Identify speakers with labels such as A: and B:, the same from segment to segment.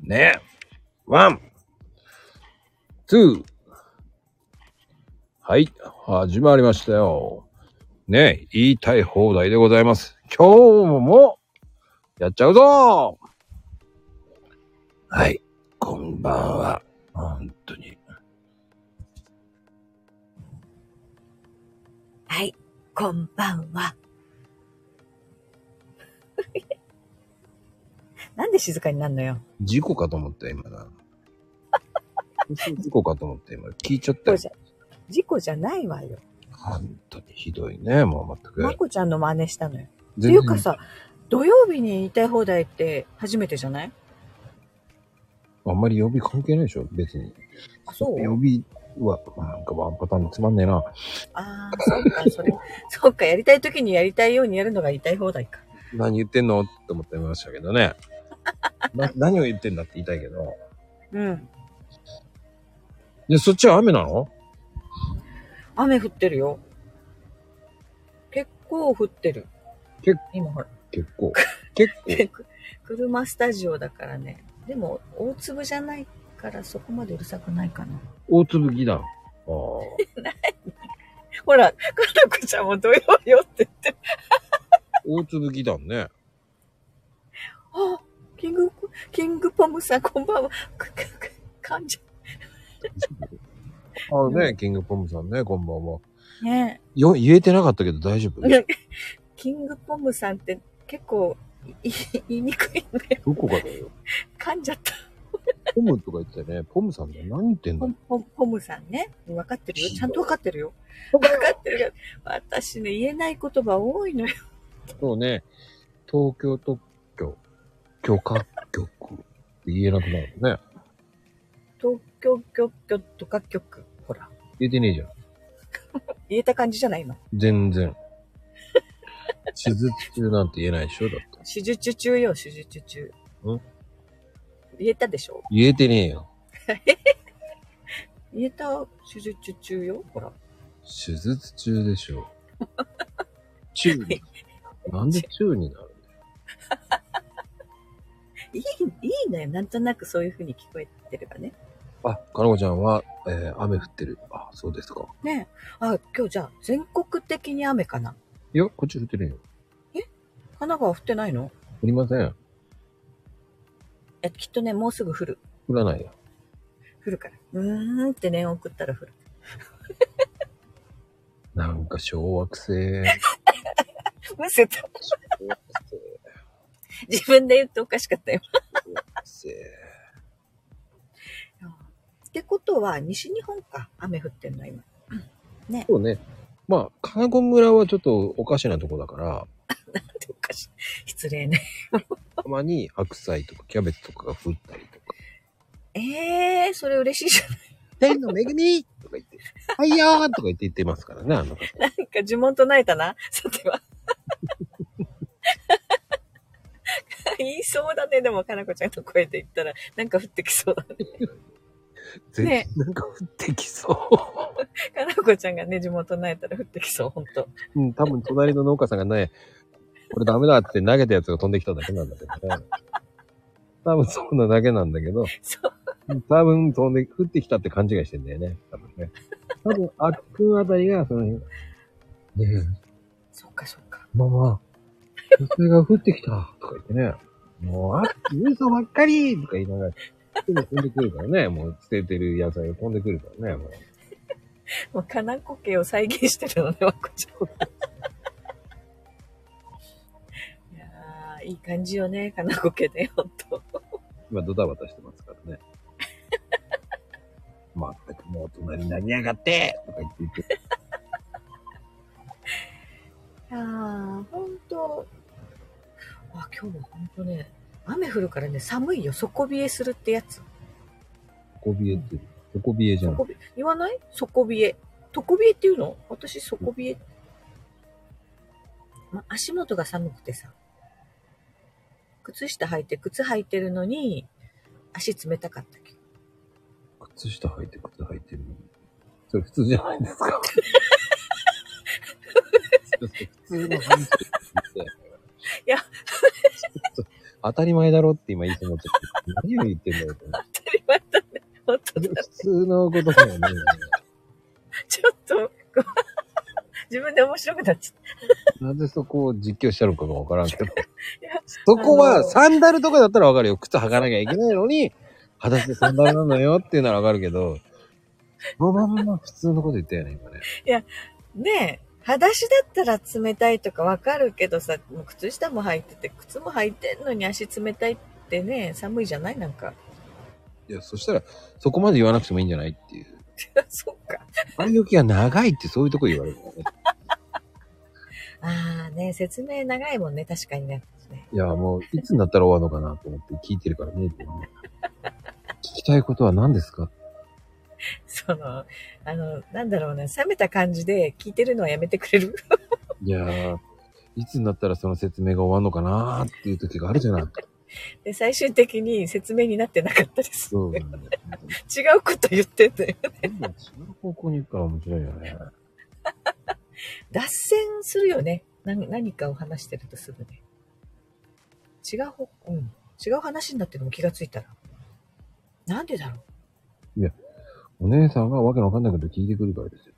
A: ね。ワン、ツー。はい、始まりましたよ。ね、言いたい放題でございます。今日も、やっちゃうぞはい、こんばんは。本当に。
B: はい、こんばんは。 なんで静かになるのよ。
A: 事故かと思った、今 な。事故かと思った、今。聞いちゃった
B: 事故
A: よ。
B: じゃ、事故じゃないわよ。
A: 本当にひどいね、もう全く。
B: まこちゃんの真似したのよ。って
A: 全
B: い
A: 然
B: うかさ、土曜日に言いたい放題って初めてじゃない
A: あんまり曜日関係ないでしょ、別に。
B: あ、そう
A: 曜日は、なんかワンパターンでつまんねえな。
B: ああ、そっか、 それ。そっか、やりたい時にやりたいようにやるのが言いたい放題か。
A: 何言ってんのって思ってましたけど ね。な何を言ってんだって言いたいけど。
B: うん。
A: で、そっちは雨なの
B: 雨降ってるよ。結構降ってる。
A: 結
B: 今ほら。
A: 結構。結構。
B: 車スタジオだからね。でも、大粒じゃないからそこまでうるさくないかな。
A: 大粒木だ。ああ。
B: ほら、かなこちゃんも土曜よって言ってる。
A: 大粒木だ ね。
B: あ、キング、キングポムさん、こんばんは。 くくく噛んじゃ
A: あのね、キングポムさんね、こんばんは。
B: う。ね
A: よ、言えてなかったけど大丈夫
B: え。キングポムさんって結構、い、 言いにくいね。
A: どこかだよ。
B: 噛んじゃった。
A: ポムとか言ってたよね、ポムさんだよ。何言ってん
B: ポ
A: だ
B: ムポムポムさんね。分かってるよ。ちゃんと分かってるよ。
A: 分
B: 分かってるよ。私ね、言えない言葉多いのよ。
A: そうね、東京特許、許可局って言えなくなるね。
B: 東京、京、京とか局。ほら。
A: 言えてねえじゃん。
B: 言えた感じじゃない今。
A: 全然。手術中なんて言えないでしょだって。
B: 手術中よ、手術中。
A: ん
B: 言えたでしょ
A: 言えてねえよ。
B: 言えた手術中よ、ほら。
A: 手術中でしょ。中に。なんで中になる
B: いい、いいのよ。なんとなくそういう風に聞こえてればね。
A: あ、かなこちゃんは、えー雨降ってる。あ、そうですか。
B: ねえ。あ、今日じゃあ、全国的に雨かな。
A: いや、こっち降ってるよ。
B: 神奈川降ってないの
A: 降りません。
B: え、きっとね、もうすぐ降る。
A: 降らないよ。
B: 降るから。うーんって念を送ったら降る。
A: なんか小惑星。
B: むせた。
A: 小惑星。
B: 自分で言っておかしかったよ。
A: 小惑星。
B: ってことは、西日本か。雨降ってんの、今。
A: そうね。まあ、かなこ村はちょっとおかしなとこだから、
B: なんておかしい。失礼ね。
A: たまに白菜とかキャベツとかが降ったりとか。
B: ええー、それ嬉しいじゃん。
A: 天の恵みとか言って、はいよーとか言って言ってますからね、あの方。
B: なんか呪文唱えたな。 さては。言いそうだね。でも、かなこちゃんの声で言ったら、なんか降ってきそうだね。
A: 全然
B: ね
A: なんか降ってきそ
B: かなこちゃんがね、地元なえたら降ってきそう、ほんと。
A: う。うん、多分隣の農家さんがね、これダメだって投げたやつが飛んできただけなんだけどね。多分そんなだけなんだけど、
B: そう。
A: 多分飛んで、降ってきたって勘違いしてんだよね。多分ね。多分、あっくんあたりが、その辺、ねえ、
B: そっかそっか。
A: ママ、女性が降ってきたとか言ってね、もう、あっ、嘘ばっかりとか言いながら、すぐ飛んでくるからね、もう捨ててる野菜が飛んでくるからね、もう。
B: もう、かなこ家を再現してるのね、わこちゃ ん。いやー、いい感じよね、かなこ家で、ほんと。
A: 今ドタバタしてますから ね。まったくもう隣になりやがってとか言って言って。
B: いやー、ほんと。あ、今日はほんとね、雨降るからね、寒いよ。底冷えするってやつ。
A: 底冷えってる。底冷えじゃん。
B: 底冷え言わない底冷え。底冷えっていうの私、底冷え。ま、足元が寒くてさ。靴下履いて、靴履いてるのに、足冷たかったっけ
A: 靴下履いて靴履いてるのに。それ普通じゃないですか。普通の話ですね
B: いや
A: ちょっと当たり前だろって今言いそうになっちゃって。何を言ってんだよって。
B: 当たり前だね。本当だ。
A: 普通のことだよね。
B: ちょっと、 こう自分で面白くなっちゃっ
A: なぜそこを実況したのかがわからんけど
B: や。
A: そこ
B: あ
A: は
B: の
A: サンダルとかだったらわかるよ。靴履かなきゃいけないのに、裸足でサンダルなのよっていうならわかるけど、そのまんま普通のこと言ったよね、今ね。
B: た。ねえ。裸足だったら冷たいとかわかるけどさ、もう靴下も履いてて、靴も履いてんのに足冷たいってね、寒いじゃないなんか。
A: いや、そしたら、そこまで言わなくてもいいんじゃないっていう。
B: そっか。
A: 前置きが長いってそういうとこ言われるからね。
B: ああね、説明長いもんね、確かにね。
A: いや、もう、いつになったら終わるのかなと思って聞いてるからね。でもね聞きたいことは何ですか
B: その、あの、なんだろうな、冷めた感じで聞いてるのはやめてくれる
A: いやー、いつになったらその説明が終わるのかなーっていう時があるじゃない。
B: で、最終的に説明になってなかったです。
A: そうなんだよ。
B: 違うこと言ってんだよ。
A: どんどん違う方向に行くから面白いよね。
B: 脱線するよね。何何かを話してるとすぐね。違う方、うん。違う話になってるのも気がついたら。なんでだろう
A: お姉さんがわけのわかんないこと聞いてくるからですよ。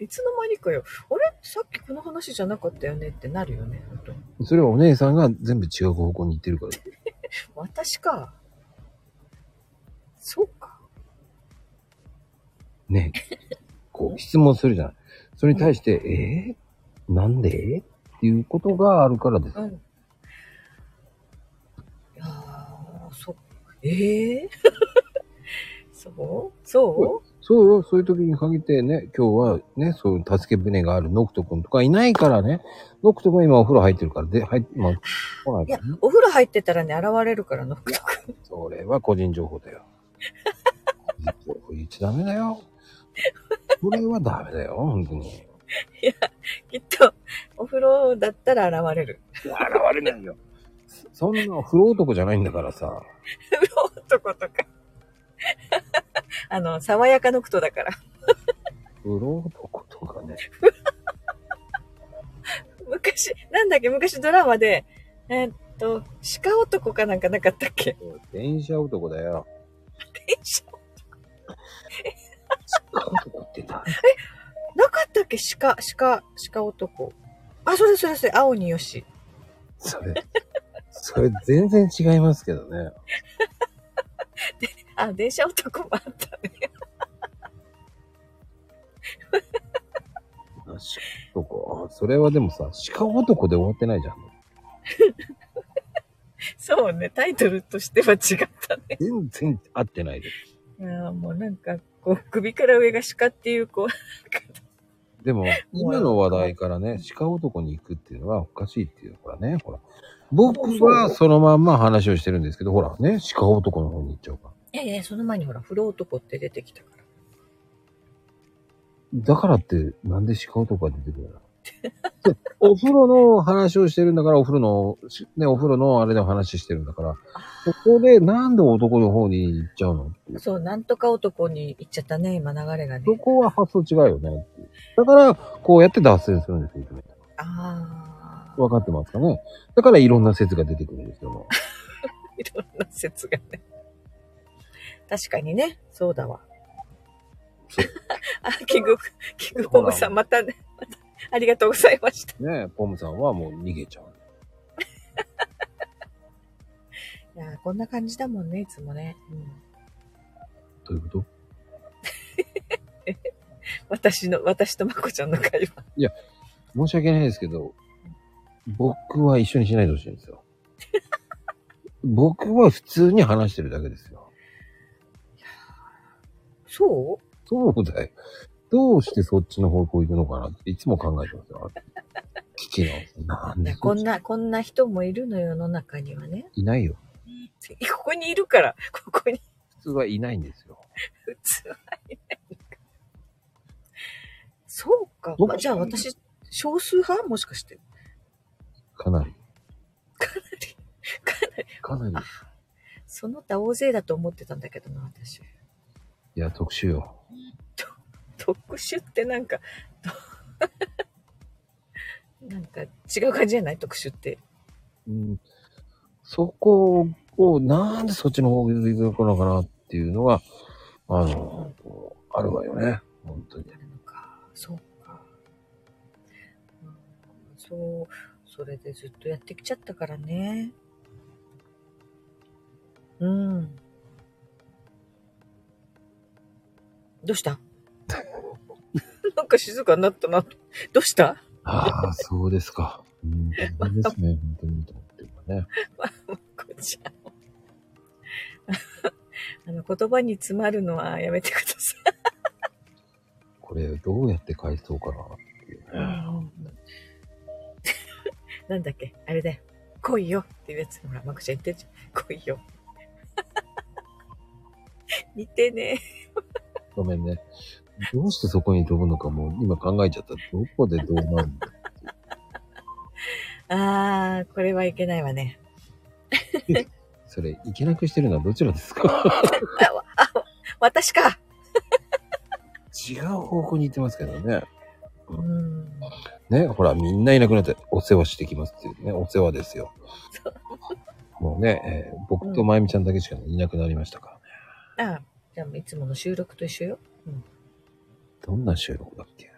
B: いつの間にかよ。あれさっきこの話じゃなかったよねってなるよね。本当に
A: それはお姉さんが全部違う方向に行ってるからですよ。
B: 私か。そうか。
A: ねえ。こう、質問するじゃない。それに対して、えー、なんでっていうことがあるからです
B: う。ん。いやー、そ、ええ そうそ
A: そうよ、そういう時に限ってね、今日はね、そういう助け舟があるノクト君とかいないからね、ノクト君今お風呂入ってるから、で、入っ、まあ、来ないう
B: いや
A: からね。、
B: お風呂入ってたらね、現れるからの。
A: それは個人情報だよ。個人情報言っちゃダメだよ。それはダメだよ、本当に。現
B: きっと、お風呂だったら現れる。
A: れないよ。そんな風呂男じゃないんだからさ。
B: 風呂男とか。 あの、爽やかのクトだから。
A: 風呂男とかね。
B: 昔、なんだっけ、昔ドラマで、えーっと、鹿男かなんかなかったっけ
A: 電車男だよ。
B: 電車
A: 鹿男って誰
B: なかったっけ鹿、鹿、鹿男。あ、それそれそれ、青によし。
A: それ、それ全然違いますけどね。
B: あ、電車男もあったね。
A: あ鹿男。あそれはでもさ、鹿男で終わってないじゃん。
B: そうね、タイトルとしては違ったね。
A: 全然合ってないです。
B: いやーもうなんか、こう、首から上が鹿っていう、 こ
A: でも、今の話題からね、鹿男に行くっていうのはおかしいっていう、ほらね、ほら。僕はそのまんま話をしてるんですけど、ほらね、鹿男の方に行っちゃうから。
B: う。いやいや、その前にほら、風呂男って出てきたから。
A: だからって、なんで鹿男が出てくるのでお風呂の話をしてるんだから、お風呂の、しね、お風呂のあれの話してるんだから、そこでなんで男の方に行っちゃうのっていう。
B: そう、なんとか男に行っちゃったね、今流れがね
A: そ。こは発想違うよねっていう。だから、こうやって脱線するんですよ、いつも
B: ああ。
A: わかってますかねだからいろんな説が出てくるんですよ。
B: いろんな説がね。確かにね、そうだわ
A: そう。
B: あ、キング、キングホームさん、またね、またありがとうございました。
A: ねポムさんはもう逃げちゃう。
B: いやーこんな感じだもんね、いつもね。うん
A: どういうこと
B: 私の、私とまこちゃんの会話。
A: 申し訳ないですけど、僕は一緒にしないでほしいんですよ。僕は普通に話してるだけですよ。
B: そ
A: そうだよ。どうしてそっちの方向行くのかなっていつも考えてますよ。聞き直す。なん
B: うい
A: で
B: やこんな、こんな人もいるの世の中にはね。
A: いないよ。
B: ここにいるから、ここに、
A: 普通はいないんですよ。
B: 普通はいないから。そうか。
A: 僕
B: まあじゃあ私、少数派もしかして。
A: かなり。
B: かなり、かなり。
A: かなり。
B: その他大勢だと思ってたんだけどな、私。
A: いや、特殊よ。
B: 特殊ってなんか、 となんか違う感じじゃない特殊って。
A: うん、そこを、なんでそっちの方向に行くのかなっていうのが、あの、あるわよね。本当に。
B: なのか、そうか。うんそう、それでずっとやってきちゃったからね。うん。どうした なんか静かになったな。どうした
A: ああ、そうですか。うん、大変ですね。本当に、と思ってるわね。
B: こちゃん。 あの、言葉に詰まるのはやめてくださ
A: これ、どうやって返そうかなっていう
B: い。
A: ね。
B: なんだっけあれだよ。来いよっていうやつ。ほら、まくちゃん言ってんじゃん。来いよ。 似てね
A: ごめんね。どうしてそこに飛ぶのかもう今考えちゃった。どこでどうなるの
B: あー、これはいけないわね。
A: それ、いけなくしてるのはどちらですか
B: あ、わあ私か。
A: 違う方向に行ってますけどね。
B: うん。
A: ね、ほら、みんないなくなって、お世話してきますっていうね、お世話ですよ。もうね、えー僕とまゆみちゃんだけしかいなくなりましたからね。
B: あじゃあ、いつもの収録と一緒よ。
A: どんな収録だっけ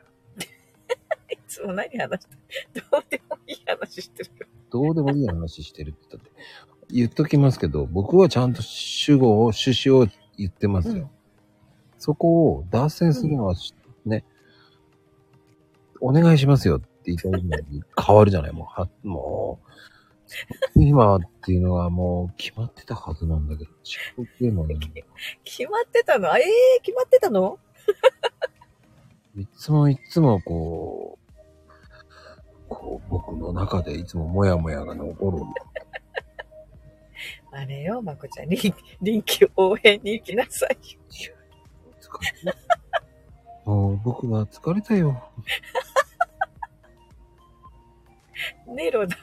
B: いつも何話してどうでもいい話してるよ。
A: どうでもいい話してるって言ったって。言っときますけど、僕はちゃんと主語を、趣旨を言ってますよ。
B: うん
A: そこを脱線するのはし、ね、お願いしますよって言った時に変わるじゃない、もう、は、もう、今っていうのはもう決まってたはずなんだけど、違うテーマなの
B: 決まってたのあえー、決まってたの
A: いつもいつもこう、こう僕の中でいつもモヤモヤが残るんだ。
B: あれよ、まこちゃん。臨臨機応変に行きなさいよ。
A: 疲れたもう僕は疲れたよ。
B: ネロだ。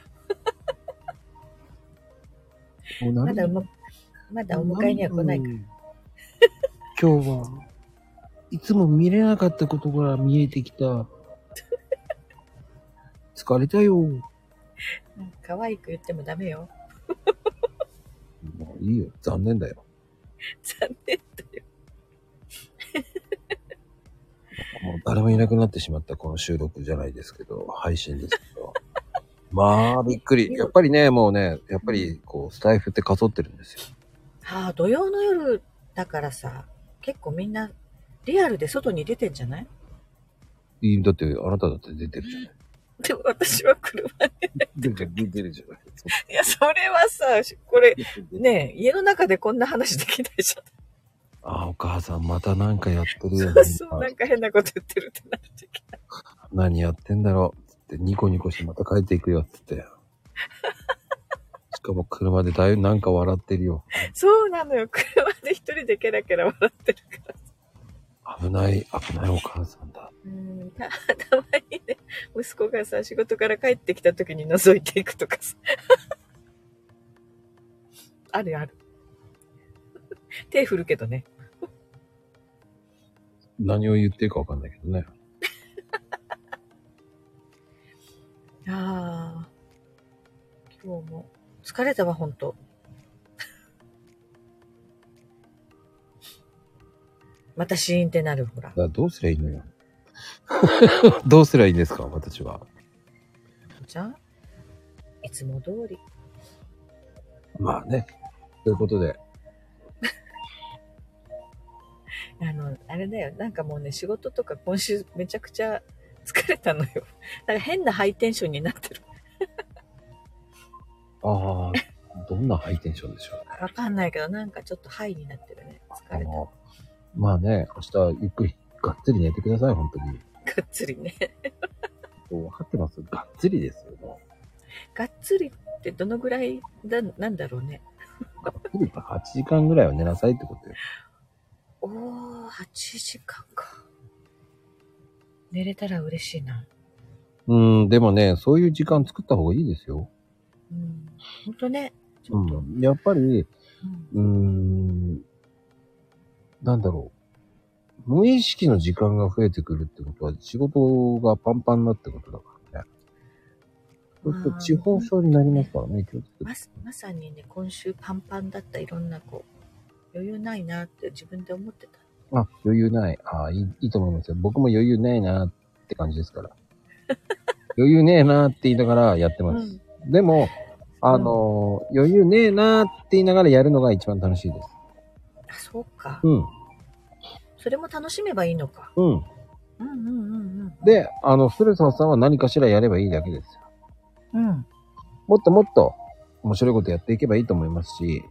A: もう
B: ま
A: 何
B: だうま、まだお迎えには来ないから。
A: ら。今日はいつも見れなかったことが見えてき た。疲れたよ。も
B: うん可愛く言ってもダメよ。
A: ういいよ。残念だよ。
B: 残念だよ。
A: もう誰もいなくなってしまったこの収録じゃないですけど、配信ですけ ど。まあ、びっくり。やっぱりね、もうね、やっぱりこう、スタイフってかそってるんですよ。
B: ああ、土曜の夜だからさ、結構みんなリアルで外に出てんじゃない
A: いいだって、あなただって出てるじゃ ない。
B: でも私は車。 い
A: 出てる、出てるじゃない。
B: や、それはさ、これ、ねえ、家の中でこんな話できないじ
A: ああ、お母さん、またなんかやってる
B: ゃ
A: よ
B: ん。そうそう、な
A: ね。
B: んか変なこと言ってるってなっちゃいけない。
A: 何やってんだろう。つって、ニコニコしてまた帰っていくよ。つって。しかも車でだいぶなんか笑ってるよ。
B: そうなのよ。車で一人でケラケラ笑ってるから。
A: 危ない、危ないお母さんだ。
B: うん、た、たまにね、息子がさ、仕事から帰ってきた時に覗いていくとかさ。 あるある。手振るけどね。
A: 何を言ってるかわかんないけどね。
B: ああ。今日も。疲れたわ、ほんと。 またシーンってなる、ほら
A: だ。からどうすりゃいいのよ。 どうすりゃいいんですか、私は。
B: じゃんいつも通り。
A: まあね。ということで、
B: あの、あれだよ。なんかもうね、仕事とか今週めちゃくちゃ疲れたのよ。 なんか変なハイテンションになってる。
A: ああ、どんなハイテンションでしょうね。
B: わかんないけど、なんかちょっとハイになってるね。疲
A: あ
B: れた。
A: の、まあね、明日ゆっくり、がっつり寝てください、本当に。
B: がっつりね。
A: 分かってますがっつりですよ、も
B: がっつりってどのぐらいだ、なんだろうね。
A: う。がっつりと8時間ぐらいは寝なさいってことよ。
B: おー、8時間か。寝れたら嬉しいな。
A: うん、でもね、そういう時間作った方がいいですよ。
B: うん。ほんとね。ち
A: う
B: ょっと。うん
A: ん、やっぱり、うーん、なんだろう。無意識の時間が増えてくるってことは、仕事がパンパンになってことだからね。そうすると地方症になりますからね、気をつけて。
B: まさまさにね、今週パンパンだったいろんなこう、余裕ないなって自分で思ってた。
A: あ、余裕ない。あいい、いいと思いますよ。僕も余裕ないなって感じです から。余裕ねえなって言いながらやってます。
B: ん、
A: でも、あのー余裕ねえなって言いながらやるのが一番楽しいです。
B: あ、そうか。
A: うん、
B: それも楽しめばいいのか。
A: うん。
B: うんうんうん
A: で、あの、ストレス発散は何かしらやればいいだけですよ。
B: うん。うん。
A: もっともっと面白いことやっていけばいいと思いますし、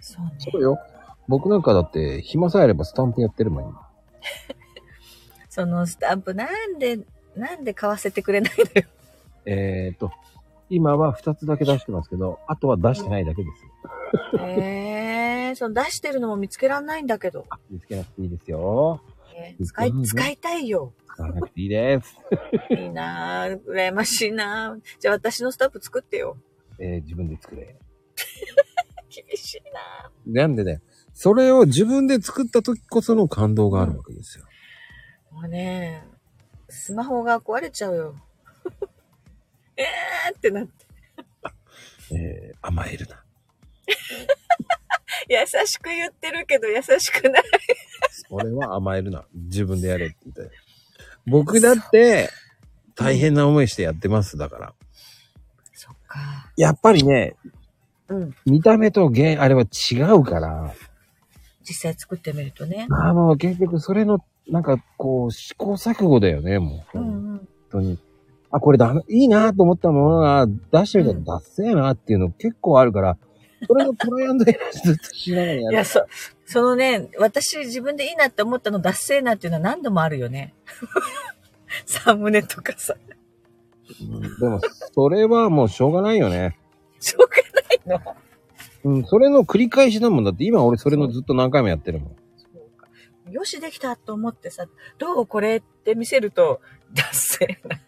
B: そうね。
A: そうよ。僕なんかだって暇さえあればスタンプやってるもん、今。
B: そのスタンプなんで、なんで買わせてくれないのよ。
A: えーと、今は2つだけ出してますけど、あとは出してないだけですよ。
B: ええー、その出してるのも見つけらんないんだけど。
A: 見つけなくていいですよ。
B: ね
A: 見つ
B: 使
A: けらんない
B: い、
A: ね
B: 使いたいよ。
A: 使わなくていいです。
B: いいなぁ、羨ましいなぁ。じゃあ私のスタンプ作ってよ。
A: えー自分で作れ。
B: 厳しいな
A: なんでね、それを自分で作った時こその感動があるわけですよ。
B: ぁ。もうね、スマホが壊れちゃうよ。 えーってなって。
A: えー甘えるな。
B: 優しく言ってるけど優しくない。
A: それは甘えるな。自分でやれって言ったよ僕だって、大変な思いしてやってます、だから。
B: そっか。
A: やっぱりね、
B: うん。
A: 見た目と原、あれは違うから、
B: 実際作ってみるとね。
A: あの、結局それの、なんかこう、試行錯誤だよね、もう。
B: う
A: 本
B: んうん。
A: 当に。あ、これだ、いいなと思ったものが、出してみたらダッセーなっていうの結構あるから、それのトライアンドエラーずっとしながらや
B: い
A: る。
B: や、そ、そのね、私自分でいいなって思ったの、脱線なっていうのは何度もある よね。サムネとかさ。
A: うんでも、それはもうしょうがないよね。
B: しょうがないの。
A: うん、それの繰り返しだもんだって、今俺それのずっと何回もやってるもん。
B: そうかよし、できたと思ってさ、どうこれって見せると、脱線な。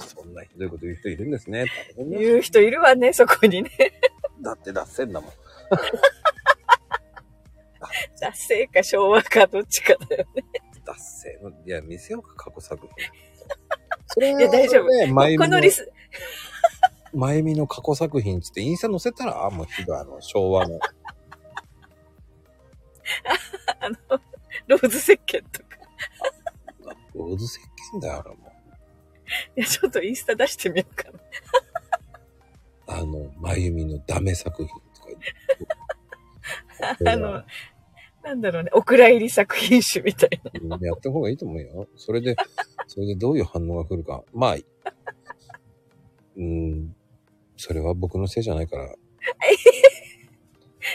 A: そんなひどいこと言う人いるんですね。大変だ
B: 言う人いるわね、そこにね。
A: だって脱線だもん。
B: 脱線か昭和かどっちかだよ。
A: 脱線の、いや、見せようか、過去作品。それ
B: いや大丈夫
A: ね、前
B: こ
A: 見
B: の
A: の
B: リ、ス、
A: 前見の過去作品つってインスタ載せたら、あもうひどい、あの、昭和の。
B: あの、ローズ石鹸とか。
A: ローズ石鹸だよ、あれも。
B: いや、ちょっとインスタ出してみようかな。
A: あの、前見のダメ作品とか言 って。
B: あの、なんだろうね、お蔵入り作品集みたいな。
A: うんやった方がいいと思うよ。それで、それでどういう反応が来るか。まあ、うん、それは僕のせいじゃないから、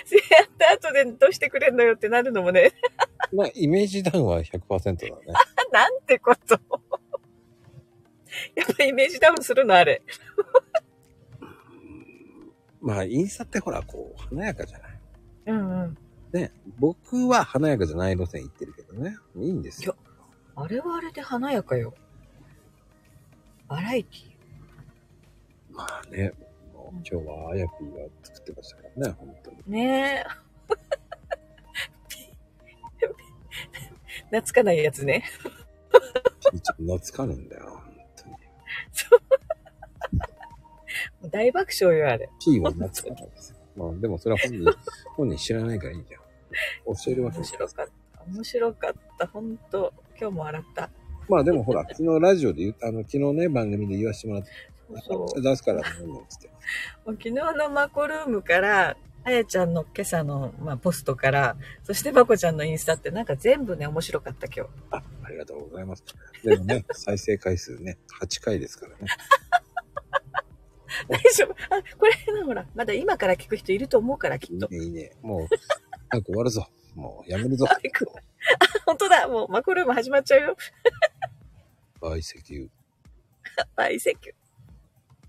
B: それやった後でどうしてくれんのよってなるのもね、
A: まあ、イメージダウンは100%だね。
B: なんてこと。やっぱイメージダウンするのあれ。
A: まあ、インスタってほら、こう、華やかじゃない。
B: うんうん。
A: ね、僕は華やかじゃない路線行ってるけどね。いいんですよ。
B: あれはあれで華やかよ。バラエティ
A: まあね、もう今日はあやぴーが作ってましたからね、本当に。
B: ー。ねえ。 懐かないやつね。
A: 一応懐かるんだよ、本当に。
B: 大爆笑よ、あれ。
A: P は懐かるん ですよ。まあ、でもそれは本人、本人知らないからいいじゃん。教えるわけ
B: 面
A: です
B: 白かった。面白かった。ほんと。今日も笑った。
A: まあでもほら、昨日ラジオで言う、あの、昨日ね、番組で言わせてもらって、
B: そう
A: あ出すから飲むよっつって。
B: もう昨日のマコルームから、あやちゃんの今朝の、まあ、ポストから、そしてまこちゃんのインスタってなんか全部ね、面白かった今日。
A: ありがとうございます。でもね、再生回数ね、8回ですからね。
B: 大丈夫あ、これ、ほら、まだ今から聞く人いると思うからき
A: い
B: っ
A: い
B: と。
A: ね、いいね。もう、早く終わるぞ。もう、やめるぞ。
B: あ、本当だ。もうマコルーム始まっちゃうよ。
A: 相席。
B: バイセキュー。